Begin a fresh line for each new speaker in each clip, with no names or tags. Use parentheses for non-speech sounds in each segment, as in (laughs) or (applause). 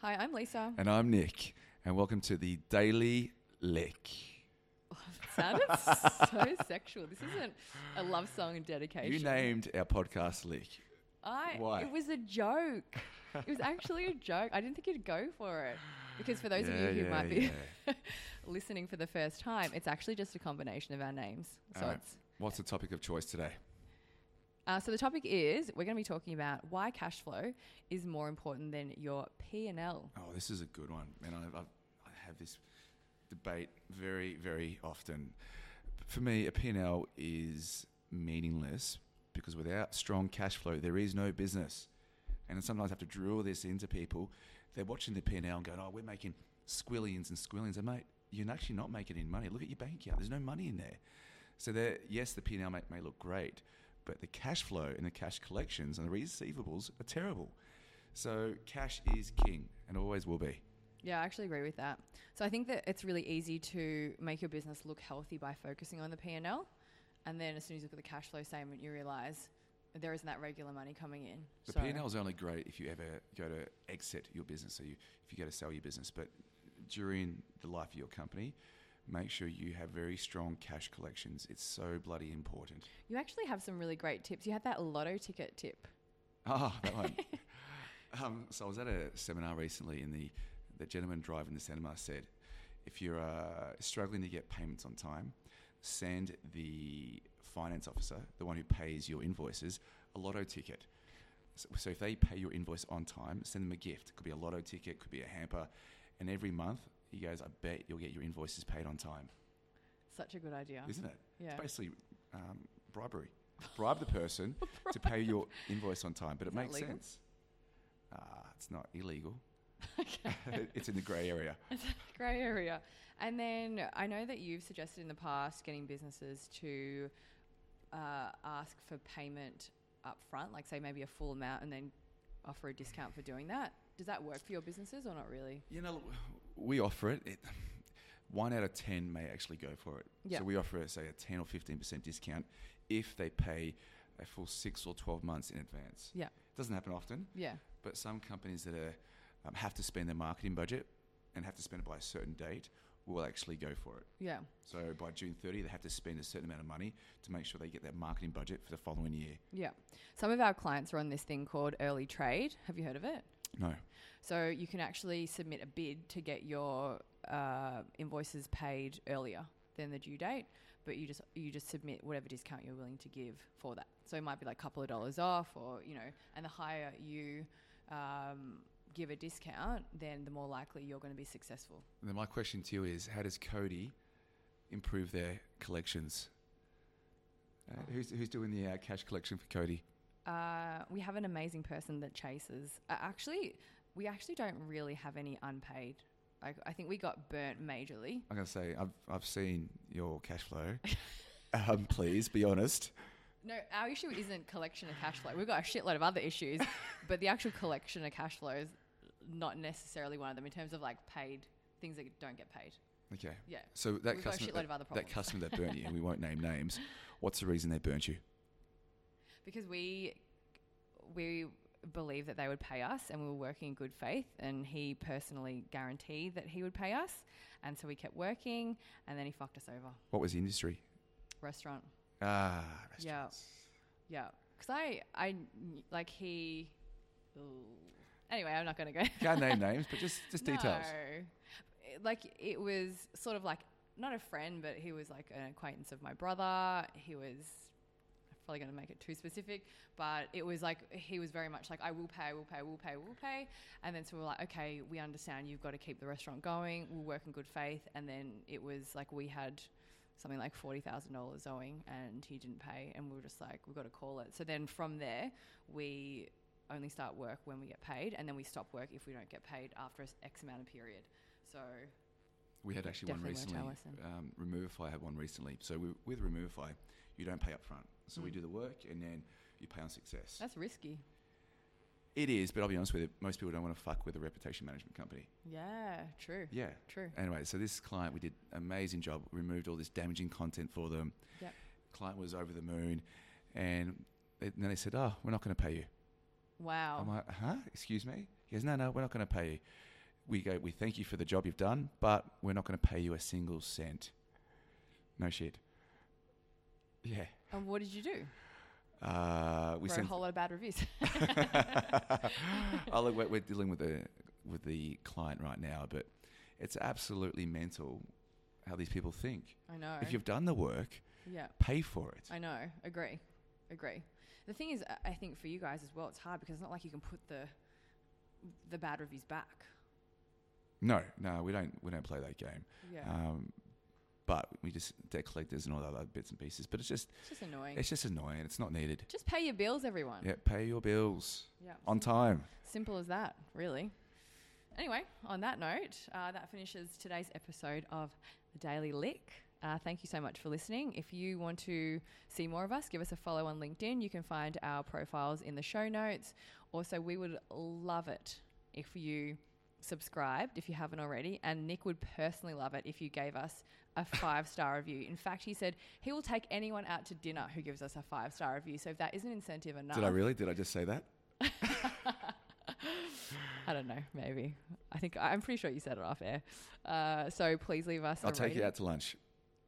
Hi, I'm Lisa.
And I'm Nick, and welcome to the Daily Lick.
(laughs) Sounded so sexual. This isn't a love song and dedication.
You named our podcast Lick.
I,
why?
It was a joke. It was actually a joke. I didn't think you'd go for it. Because for those
Yeah,
of you who
yeah,
might be
yeah.
(laughs) listening for the first time, it's actually just a combination of our names. So
Alright.
it's
What's the topic of choice today?
uh, so the topic is we're going to be talking about why cash flow is more important than your P and L.
Oh, this is a good one, and I, I, I have this debate very, very often. For me, a P&L is meaningless because without strong cash flow, there is no business. And I sometimes have to drill this into people. They're watching the P&L and going, "Oh, we're making squillions and squillions," and mate, you're actually not making any money. Look at your bank account; there's no money in there. So there, yes, the P&L may, may look great, but the cash flow and the cash collections and the receivables are terrible. So cash is king and always will be.
Yeah, I actually agree with that. So I think that it's really easy to make your business look healthy by focusing on the P and L, and then as soon as you look at the cash flow statement, you realize there isn't that regular money coming in.
The
So-
P&L is only great if you ever go to exit your business, so you, if you go to sell your business. But during the life of your company, make sure you have very strong cash collections. It's so bloody important.
You actually have some really great tips. You had that lotto ticket tip.
Ah, that one. um, so I was at a seminar recently, and the, the gentleman driving the seminar said, if you're uh, struggling to get payments on time, send the finance officer, the one who pays your invoices, a lotto ticket. So, so if they pay your invoice on time, send them a gift. It could be a lotto ticket, could be a hamper, and every month he goes, "I bet you'll get your invoices paid on time,"
Such a good idea.
isn't it?
Yeah. (laughs)
It's basically um, bribery. Bribe the person to pay your invoice on time, but
Is
it
that
makes
legal?
sense. Ah, it's not illegal.
(laughs)
(laughs) it's in the grey area.
Grey area. And then I know that you've suggested in the past getting businesses to uh, ask for payment up front, like say maybe a full amount, and then offer a discount for doing that. Does that work for your businesses or not really?
You know, we offer it. it one out of 10 may actually go for it.
Yeah.
So we offer, say, a 10 or 15% discount if they pay a full six or 12 months in advance.
Yeah.
doesn't happen often,
Yeah.
but some companies that are, um, have to spend their marketing budget and have to spend it by a certain date will actually go for it.
Yeah.
So by June 30, they have to spend a certain amount of money to make sure they get their marketing budget for the following year.
Yeah. Some of our clients are on this thing called early trade. Have you heard of it?
No.
So you can actually submit a bid to get your uh, invoices paid earlier than the due date, but you just you just submit whatever discount you're willing to give for that. So it might be like a couple of dollars off, or you know, and the higher you um, give a discount, then the more likely you're going to be successful.
Then my question to you is, how does Cody improve their collections? Uh, who's, who's doing the uh, cash collection for Cody?
Uh, we have an amazing person that chases. Uh, actually, we actually don't really have any unpaid. Like I think we got burnt majorly.
I'm going to say, I've, I've seen your cash (laughs) flow. um, please be honest.
No, our issue isn't collection of cash flow. We've got a shitload of other
(laughs)
issues, but the actual collection of cash flow is not necessarily one of them in terms of like paid things that don't get paid.
Okay.
Yeah.
So that
We've got a
customer,
shitload
that,
of other
that
problems.
customer that burnt you, and we won't name names. What's the reason they burnt you?
Because we we believe that they would pay us and we were working in good faith and he personally guaranteed that he would pay us and so we kept working and then he fucked us over.
What was the industry?
Restaurant.
Ah,
Yeah.
restaurants.
Yeah. Cuz I I kn- like he ooh. Anyway, I'm not going to go.
Can't name names, but just just details.
No. It- Like it was sort of like not a friend, but he was like an acquaintance of my brother. He was I'm probably going to make it too specific, but it was like he was very much like I will pay, I will pay, I will pay, I will pay. And then so we we're like, okay, we understand you've got to keep the restaurant going. We'll work in good faith. And then it was like we had something like forty thousand dollars owing, and he didn't pay, and we were just like, we've got to call it. So then from there, we only start work when we get paid, and then we stop work if we don't get paid after s- X amount of period. So
We had actually one
Definitely
recently.
learnt our
Um, Removify had one recently. So we, with Removify, you don't pay up front. So we
Mm.
do the work and then you pay on success.
that's risky.
it is, but I'll be honest with you, most people don't want to fuck with a reputation management company.
Yeah, true,
Yeah.
true.
Anyway, so this client, we did amazing job. We removed all this damaging content for them.
Yep.
Client was over the moon. And, they- then they said, oh, we're not going to pay you.
Wow.
I'm like, huh? Excuse me? He goes, no, no, we're not going to pay you. We go, we thank you for the job you've done, but we're not going to pay you a single cent. No shit. Yeah.
And what did you do?
Uh, we
Wrote
sent
a whole lot of bad reviews.
(laughs)
(laughs)
oh, look, we're, we're dealing with the with the client right now, but it's absolutely mental how these people think.
I know.
If you've done the work,
yeah.
pay for it.
I know. Agree. Agree. The thing is, I- I think for you guys as well, it's hard because it's not like you can put the the bad reviews back.
no, no, we don't. We don't play that game.
Yeah,
Um, but we just debt collectors and all the other bits and pieces. But it's just
it's just annoying.
it's just annoying. It's not needed.
just pay your bills, everyone.
Yeah, pay your bills
Yeah.
on time.
Simple as that, really. Anyway, on that note, uh, that finishes today's episode of The Daily Lick. Uh, thank you so much for listening. If you want to see more of us, give us a follow on LinkedIn. You can find our profiles in the show notes. Also, we would love it if you subscribed, if you haven't already. And Nick would personally love it if you gave us
(laughs)
a five star review. In fact, he said he will take anyone out to dinner who gives us a five star review. So if that isn't incentive enough,
Did I really? Did I just say that?
I don't know. Maybe. I think I'm pretty sure you said it off air. Uh, so please leave us.
I'll
a
take you
rating.
out to lunch.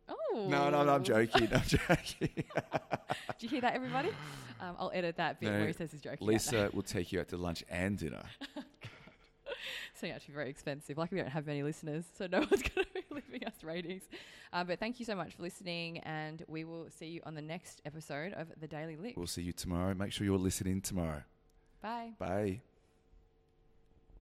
Oh
No, no, no, I'm joking. I'm joking.
Did you hear that, everybody?
(sighs)
Um, I'll edit that bit
No,
where he says he's joking. about that.
Lisa will take you out to lunch and dinner.
(laughs) It's actually very expensive. Like we don't have many listeners, so no (laughs) one's going to be leaving us ratings. Uh, but thank you so much for listening, and we will see you on the next episode of the Daily Lick.
We'll see you tomorrow. Make sure you're listening tomorrow.
Bye.
Bye.